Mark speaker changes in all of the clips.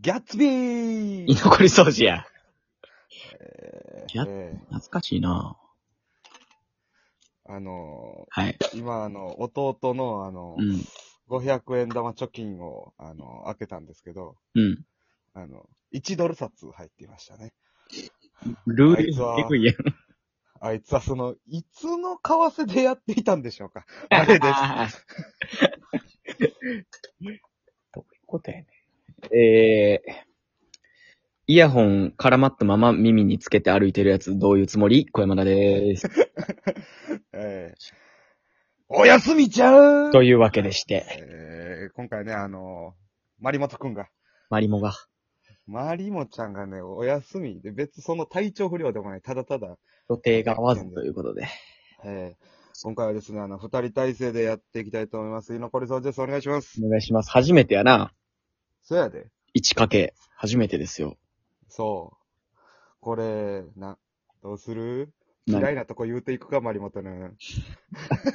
Speaker 1: ギャッツビー
Speaker 2: 居残り掃除や。ギャッ
Speaker 1: え
Speaker 2: 懐かしいな
Speaker 1: ーあの
Speaker 2: はい。
Speaker 1: ー今、あの、弟の、あの
Speaker 2: う、ん。
Speaker 1: 500円玉貯金を、あの、開けたんですけど、
Speaker 2: うん。
Speaker 1: あの、1ドル札入っていましたね。
Speaker 2: ルール、
Speaker 1: あいつ
Speaker 2: 結
Speaker 1: は
Speaker 2: 構いやん。
Speaker 1: あいつはその、いつの為替でやっていたんでしょうか。 あれです。
Speaker 2: どういうことやねん。えー、イヤホン絡まったまま耳につけて歩いてるやつどういうつもり小山田でーす。
Speaker 1: えーおやすみちゃーん
Speaker 2: というわけでして、
Speaker 1: えー今回ね、あのー、マリモトくんが、
Speaker 2: マリモが。
Speaker 1: マリモちゃんがね、お休みで、別にその体調不良でもない、ただただ、
Speaker 2: 予定が合わずということで。
Speaker 1: えー今回はですね、あの、二人体制でやっていきたいと思います。居残り掃除です。お願いします。
Speaker 2: お願いします。初めてやな。
Speaker 1: そうやで。
Speaker 2: 一かけ。初めてですよ。
Speaker 1: そう。これ、な、どうする
Speaker 2: なん
Speaker 1: 嫌いなとこ言うていくか、マリモトヌーン。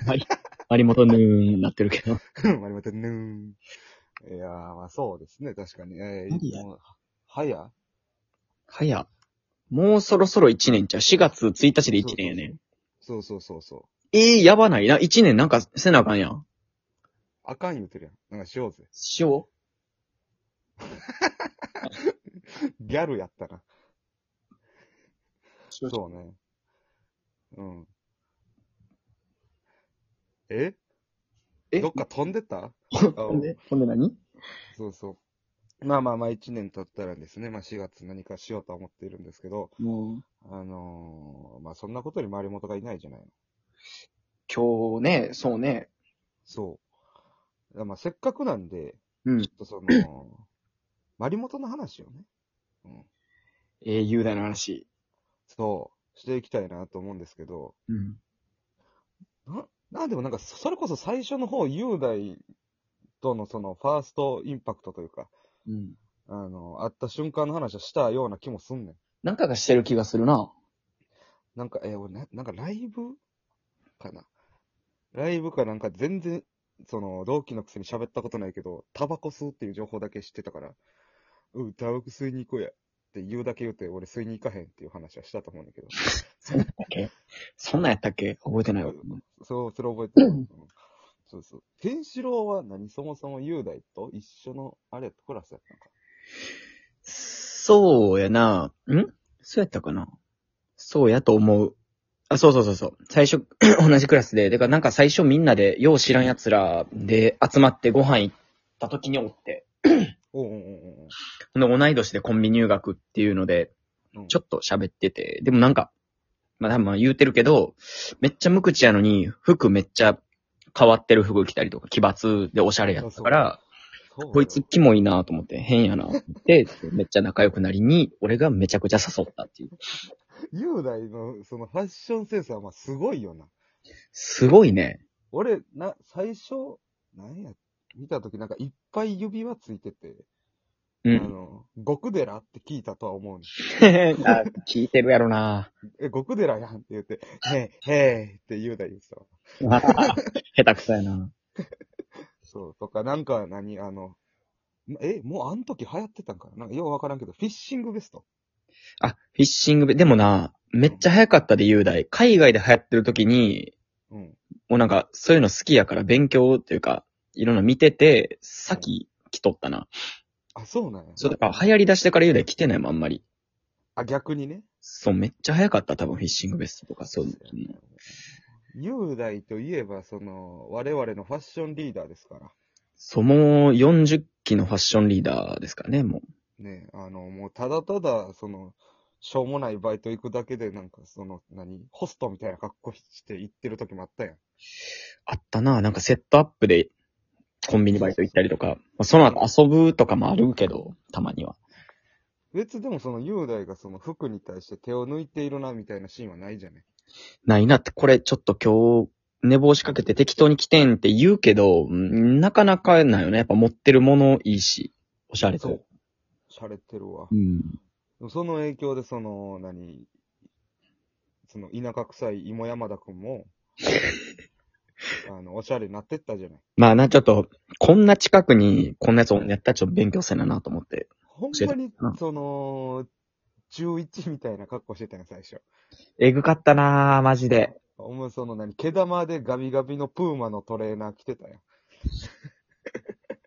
Speaker 2: マリモとヌーンなってる けど。
Speaker 1: マリモトヌーン。いやー、まあそうですね、確かに。え
Speaker 2: 何や
Speaker 1: ー、もうはや
Speaker 2: はや。もうそろそろ1年ちゃう。4月1日で1年やね。
Speaker 1: そうそうそうそう。
Speaker 2: ええー、やばないな。1年なんかせなあかんやん。
Speaker 1: あかん言うてるやん。なんかしようぜ。
Speaker 2: しよ
Speaker 1: ギャルやったな。
Speaker 2: う。し
Speaker 1: そうね。うん。え
Speaker 2: え
Speaker 1: どっか飛んでった
Speaker 2: ほんで、ほんで何
Speaker 1: そうそう。まあまあまあ、1年経ったらですね、まあ4月何かしようとは思っているんですけど、
Speaker 2: もう、
Speaker 1: あのーまあそんなことに周り元がいないじゃないの。
Speaker 2: 今日ね、そうね。
Speaker 1: そう。だからまあせっかくなんで、
Speaker 2: うん
Speaker 1: ちょっとそ の、マリモトの話をね、うん、
Speaker 2: ええー、雄大の話。
Speaker 1: そう、していきたいなと思うんですけど、
Speaker 2: うん。
Speaker 1: な、なんでもなんか、それこそ最初の方、雄大とのその、ファーストインパクトというか、
Speaker 2: うん。
Speaker 1: あの、会った瞬間の話をしたような気もすんねん。
Speaker 2: なんかがしてる気がするな。
Speaker 1: なんか、えー俺な、なんかライブかな。ライブかなんか全然、その、同期のくせに喋ったことないけど、タバコ吸うっていう情報だけ知ってたから、うん、タバコ吸いに行こうやって言うだけ言うて、俺吸いに行かへんっていう話はしたと思うんだけ ど、
Speaker 2: そんなんやったっけそんなんやったっけ覚えてないわ。
Speaker 1: そう、それ覚えてる。う んそうそう。ケンシロウは何そもそも雄大と一緒の、あれやったクラスやったのか。
Speaker 2: そうやな。んそうやったかなそうやと思う。あ、そうそうそうそう。最初、 同じクラスで。てか、なんか最初みんなで、よう知らん奴らで集まってご飯行った時におって。
Speaker 1: おうおうおうおう
Speaker 2: ほんで、同い年でコンビ入学っていうので、
Speaker 1: うん。
Speaker 2: ちょっと喋ってて。でもなんか、まあ多分まあ言うてるけど、めっちゃ無口やのに、服めっちゃ変わってる服着たりとか、奇抜でおしゃれやったから、
Speaker 1: そうよ
Speaker 2: こいつキモいなと思って、変やなと思って、めっちゃ仲良くなりに、俺がめちゃくちゃ誘ったっていう。
Speaker 1: 雄大のそのファッションセンスはまあすごいよな。
Speaker 2: すごいね。
Speaker 1: 俺、な、最初、なんや、見たときなんかいっぱい指輪ついてて、あ
Speaker 2: うん。
Speaker 1: の、極寺って聞いたとは思うねん
Speaker 2: あ聞いてるやろな
Speaker 1: え、極寺やんって言って、へえ、へえって言うだ言ってたわ。
Speaker 2: 下手くそやな。
Speaker 1: そう、とか、なんか何、あの、え、もうあの時流行ってたんかななんかようわからんけど、フィッシングベスト。
Speaker 2: あ、フィッシングベ、でもな、めっちゃ早かったで、雄大。海外で流行ってる時に、
Speaker 1: うん。
Speaker 2: もうなんか、そういうの好きやから勉強というか、いろんな見てて、先来とったな。
Speaker 1: あ、そうなんや。
Speaker 2: そう、だから流行り出してから雄大来てないもん、あんまり。
Speaker 1: あ、逆にね。
Speaker 2: そう、めっちゃ早かった、多分、フィッシングベストとか、そういう
Speaker 1: そうやね雄大といえば、その、我々のファッションリーダーですから。
Speaker 2: そう、もう40期のファッションリーダーですからね、もう。
Speaker 1: ね、あの、もうただただ、その、しょうもないバイト行くだけで、なんか、その、何、ホストみたいな格好して行ってる時もあったやん。
Speaker 2: あったな、なんかセットアップでコンビニバイト行ったりとか、まあその後遊ぶとかもあるけど、たまには。
Speaker 1: 別でもその雄大がその服に対して手を抜いているなみたいなシーンはないじゃね。
Speaker 2: ないなって、これちょっと今日、寝坊しかけて適当に来てんって言うけど、うんなかなかないよね。やっぱ持ってるものいいし、おしゃれ
Speaker 1: そ
Speaker 2: と
Speaker 1: う。。洒落てるわ
Speaker 2: う。ん。
Speaker 1: その影響で、その、何、その田舎臭い芋山田くんも、あの、おしゃれになってったじゃない。
Speaker 2: まあな、ちょっと、こんな近くに、こんなやつをやったらちょっと勉強せななと思って。
Speaker 1: ほん
Speaker 2: 教え
Speaker 1: ま
Speaker 2: て
Speaker 1: に
Speaker 2: う、ん
Speaker 1: その、11みたいな格好してたんよ、最初。
Speaker 2: えぐかったなぁ、マジで。
Speaker 1: お前その何、毛玉でガビガビのプーマのトレーナー着てたや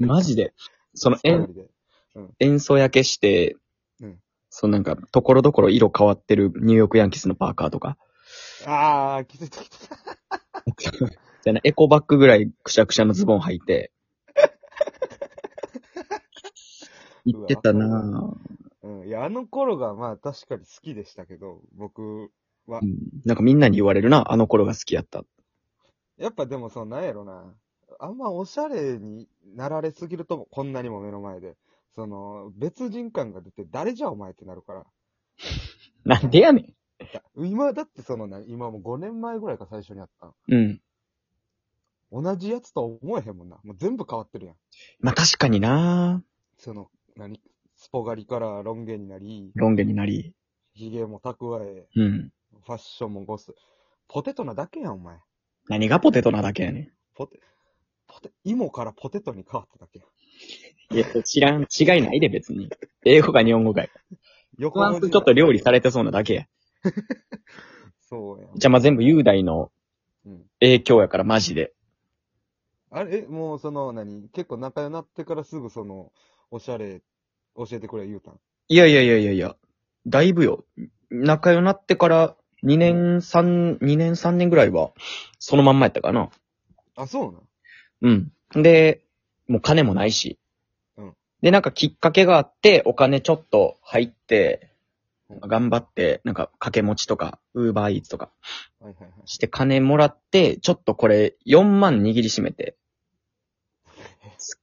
Speaker 1: ん。
Speaker 2: マジで。その、
Speaker 1: 二
Speaker 2: 演
Speaker 1: 人で。
Speaker 2: 演奏焼けして、
Speaker 1: うん
Speaker 2: そのなんか、ところどころ色変わってるニューヨークヤンキースのパーカーとか。
Speaker 1: あー、気づいてきた。
Speaker 2: じゃあねエコバッグぐらいくしゃくしゃのズボン履い て。言ってたなぁ。
Speaker 1: うん。いや、あの頃がまあ確かに好きでしたけど、僕、
Speaker 2: うんなんかみんなに言われるな、あの頃が好きやった。
Speaker 1: やっぱでもその、なんやろな。あんまおしゃれになられすぎると、こんなにも目の前で。その、別人感が出て、誰じゃお前ってなるから。
Speaker 2: なんでやね
Speaker 1: だ今、だってそのな、今もう5年前ぐらいか最初にあったん。
Speaker 2: ん。うん。
Speaker 1: 同じやつとは思えへんもんな。もう全部変わってるやん。
Speaker 2: まあ確かにな
Speaker 1: その、何スポ狩りからロン毛になり、
Speaker 2: ロン毛になり。
Speaker 1: 髭も蓄え、
Speaker 2: うん。
Speaker 1: ファッションもゴス。ポテトなだけやん、お前。
Speaker 2: 何がポテトなだけやね
Speaker 1: ポテ、ポテ、芋からポテトに変わっただけやん。
Speaker 2: ん。いや、知らん、違いないで別に。英語か日本語かや。
Speaker 1: 横
Speaker 2: フランスちょっと料理さ
Speaker 1: れ
Speaker 2: れてそうなだけや。
Speaker 1: そうやん。
Speaker 2: じゃあまあ全部雄大の
Speaker 1: うん。
Speaker 2: 影響やからマジで。
Speaker 1: あれ、えもうその、何結構仲良くなってからすぐその、おしゃれ、教えてくれ言うたん。
Speaker 2: いやいやいやいやいや、だいぶよ。仲良なってから2年3、2年3年ぐらいは、そのまんまやったかな。
Speaker 1: あ、そうなん。
Speaker 2: うん。で、もう金もないし。
Speaker 1: うん
Speaker 2: で、なんかきっかけがあって、お金ちょっと入って、
Speaker 1: うん
Speaker 2: 頑張って、なんか掛け持ちとか、ウーバーイーツとか
Speaker 1: はいはいはい。
Speaker 2: して金もらって、ちょっとこれ4万握りしめて、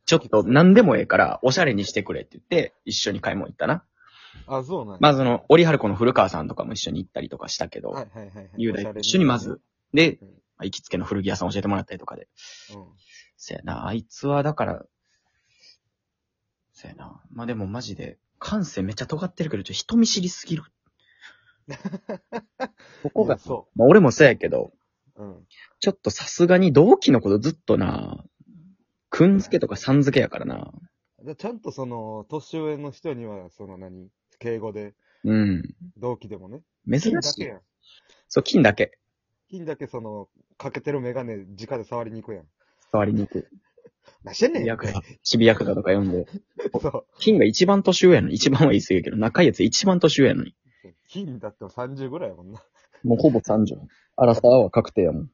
Speaker 2: ちょっと何でもええから、おしゃれにしてくれって言って、一緒に買い物行ったな。
Speaker 1: あ、そうなんや。
Speaker 2: まあその、折原子の古川さんとかも一緒に行ったりとかしたけど、
Speaker 1: はいはいはいはい。
Speaker 2: 雄大
Speaker 1: おしゃ
Speaker 2: と
Speaker 1: れ
Speaker 2: 一緒にまず。、で
Speaker 1: うん、
Speaker 2: まあ行きつけの古着屋さん教えてもらったりとかで。
Speaker 1: うん。
Speaker 2: せやな、あいつはだから、せやな。まあでもマジで、感性めっちゃ尖ってるけど、ちょっと人見知り すぎる。ここ
Speaker 1: いや
Speaker 2: が、
Speaker 1: そ
Speaker 2: まあ俺もそうやけど、
Speaker 1: う。うん。
Speaker 2: ちょっとさすがに同期のことずっとな、くんづけとかさんづけやからな。
Speaker 1: でちゃんとその、年上の人には、その何、敬語で、
Speaker 2: うん。
Speaker 1: 同期でもね。
Speaker 2: 珍
Speaker 1: 金だ
Speaker 2: し
Speaker 1: け
Speaker 2: い。
Speaker 1: やん。
Speaker 2: そう、金だけ。
Speaker 1: 金だけその、かけてるメガネ、直で触りに行くやん。
Speaker 2: 触りに行く。
Speaker 1: なしてんねん
Speaker 2: ヤクザ、チビヤクザとか呼んで。
Speaker 1: そう。
Speaker 2: 金が一番年上やのに、一番は言い過ぎやけど、仲いいやつ一番年上やのに。
Speaker 1: 金だっても30ぐらいやもんな。
Speaker 2: もうほぼ30。アラサーは確定やもん。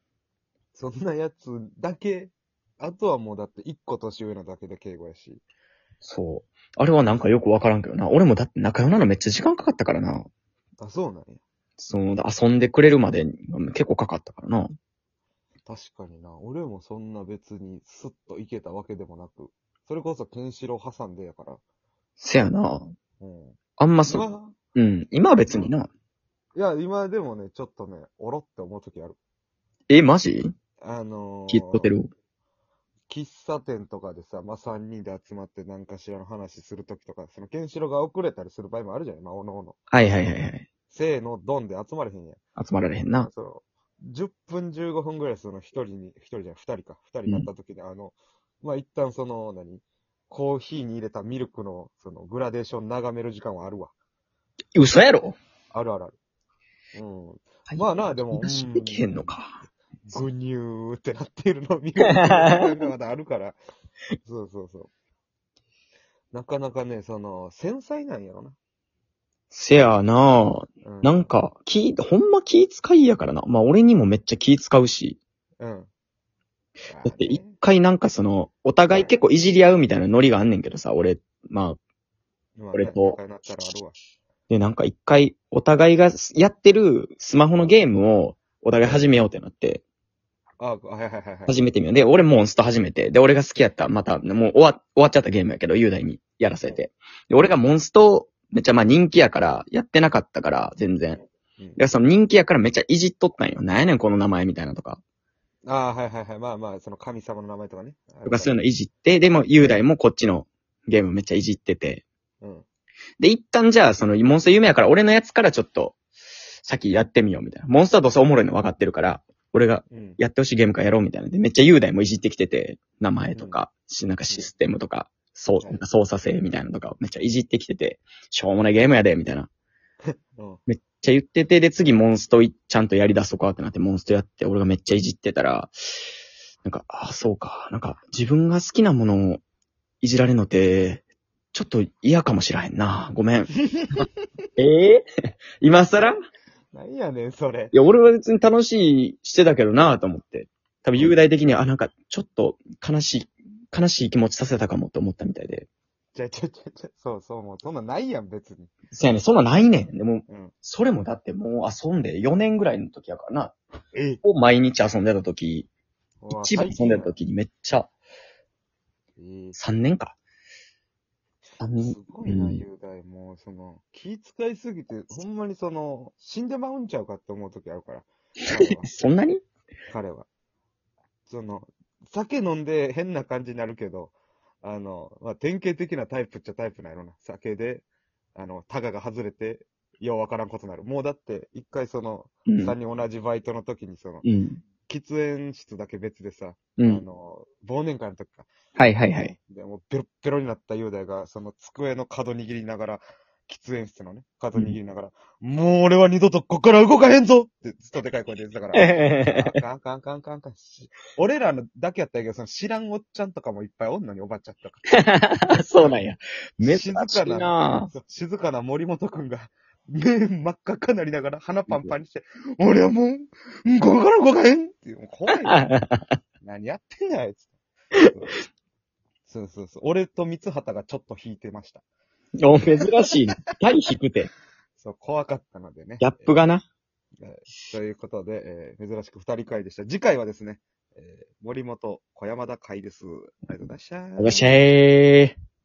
Speaker 1: そんなやつだけ、あとはもうだって1個年上なだけで敬語やし。
Speaker 2: そう。あれはなんかよくわからんけどな。俺もだって仲良なのめっちゃ時間かかったからな。
Speaker 1: あ、そうなんや。
Speaker 2: その、遊んでくれるまでに結構かかったからな。
Speaker 1: 確かにな。俺もそんな別にスッといけたわけでもなく。それこそケンシロウ挟んでやから。
Speaker 2: せやな。
Speaker 1: うん。
Speaker 2: あんまそう。
Speaker 1: 今
Speaker 2: うん。今は別にな。
Speaker 1: いや、今でもね、ちょっとね、おろって思うときある。
Speaker 2: え、マジ
Speaker 1: あのー、
Speaker 2: きっとてる。
Speaker 1: 喫茶店とかでさ、まあ、3人で集まって何かしらの話するときとか、その、ケンシロウが遅れたりする場合もあるじゃないまあ、おのおの。
Speaker 2: はいはいはいはい。
Speaker 1: せーの、ドンで集まれへんやん。
Speaker 2: 集まられへんな。
Speaker 1: その、10分15分ぐらいその、一人に、一人じゃない、二人か、二人になったときに、あの、まあ、一旦その、何コーヒーに入れたミルクの、その、グラデーション眺める時間はあるわ。
Speaker 2: 嘘やろ
Speaker 1: あるあるある。うん。まあなでも
Speaker 2: 話できへんのか。
Speaker 1: ぐにゅーってなってるのを見るがまだあるから。そうそうそう。なかなかね、その、繊細なんやろな。
Speaker 2: せやな。
Speaker 1: うん。
Speaker 2: なんか、気、ほんま気使いやからな。まあ俺にもめっちゃ気使うし。
Speaker 1: うん。
Speaker 2: だって一
Speaker 1: ま
Speaker 2: 回なんかその、お互い結構いじり合うみたいなノリがあんねんけどさ、俺、まあ、
Speaker 1: あね
Speaker 2: 俺と
Speaker 1: まあね仲良くなったらあるわ
Speaker 2: でなんか一回、お互いがやってるスマホのゲームを、お互い始めようってなって、
Speaker 1: あ、はいはいはいはい。
Speaker 2: 始めてみよう。で、俺モンスト始めて、で、俺が好きやった、また、もう終わ、終わっちゃったゲームやけど、雄大にやらせて。で、俺がモンスト、めっちゃまあ人気やから、やってなかったから、全然。
Speaker 1: うん
Speaker 2: で、その人気やからめっちゃいじっとったんよ。なんやねん、この名前みたいなとか。
Speaker 1: あはいはいはい。まあまあ、その神様の名前とかね。
Speaker 2: とかそういう
Speaker 1: の。
Speaker 2: のいじって、でも雄大もこっちのゲームめっちゃいじってて。
Speaker 1: うん。
Speaker 2: で、一旦じゃあ、その、モンスター夢やから、俺のやつからちょっと、先やってみようみたいな。モンスターどうせおもろいの分かってるから、俺が
Speaker 1: うん。
Speaker 2: やってほしいゲームからやろうみたいなんで、めっちゃ雄大もいじってきてて、名前とか、しなんかシステムとか、そう、なんか操作性みたいなのとかをめっちゃいじってきてて、しょうもないゲームやで、みたいな。めっ
Speaker 1: うん。
Speaker 2: ちゃ言ってて、で、次モンストいちゃんとやり出そうかってなって、モンストやって、俺がめっちゃいじってたら、なんか、ああ、そうか。なんか、自分が好きなものをいじられるのって、ちょっと嫌かもしらへんな。ご めん。ええ 今更
Speaker 1: なんやねん、それ。
Speaker 2: いや、俺は別に楽しいしてたけどなぁと思って。多分雄大的には、あ、なんか、ちょっと悲しい、悲しい気持ちさせたかもって思ったみたいで。
Speaker 1: ちゃちゃちゃちゃ、そうそう、もうそんなんないやん、別に。
Speaker 2: そうやね、そんなないねん。でも、
Speaker 1: うん。
Speaker 2: それもだってもう遊んで4年ぐらいの時やからな。
Speaker 1: え
Speaker 2: を毎日遊んでた時、一番遊んでた
Speaker 1: と
Speaker 2: 時にめっちゃ、
Speaker 1: えー
Speaker 2: 3年か。
Speaker 1: す
Speaker 2: 3年。
Speaker 1: ごいな、
Speaker 2: うん
Speaker 1: 雄大。もう、その、気遣いすぎて、ほんまにその、死んでまうんちゃうかって思う時ある から。彼は
Speaker 2: そんなに
Speaker 1: 彼は。その、酒飲んで変な感じになるけど、あの、まあ、典型的なタイプっちゃタイプなんやろな。酒で、あの、タガが外れて、ようわからんことになる。もうだって、一回その、
Speaker 2: うん。
Speaker 1: 三人同じバイトの時にその、
Speaker 2: うん。
Speaker 1: 喫煙室だけ別でさ、
Speaker 2: う
Speaker 1: あ
Speaker 2: ん。
Speaker 1: の、忘年会の時か。
Speaker 2: はいは いはい。
Speaker 1: で、もうベロッベロになった雄大が、その机の角握りながら、喫煙室のね、角握りながら、もう俺は二度とここから動かへんぞってずっとでかい声で言ってた から。あかんあかんあかんあかんあかんし。俺らのだけやったらいいけど、その知らんおっちゃんとかもいっぱいおんのに、おばちゃんとか。
Speaker 2: そうなんや。珍しい
Speaker 1: 静か
Speaker 2: なぁ。
Speaker 1: そう静かな森本くんが、目真っ赤っかなりながら鼻パンパンにして、俺はもう、うんここから動かへんっていう、もう怖いよ。何やってんだよ、あいつ。そうそうそう。俺と三畑がちょっと引いてました。
Speaker 2: お珍しいな。対低くて。
Speaker 1: そう、怖かったのでね。
Speaker 2: ギャップがな。
Speaker 1: ということで、えー珍しく二人会でした。次回はですね、えー森本小山田会です。ありがとうございました。
Speaker 2: いらっしゃい。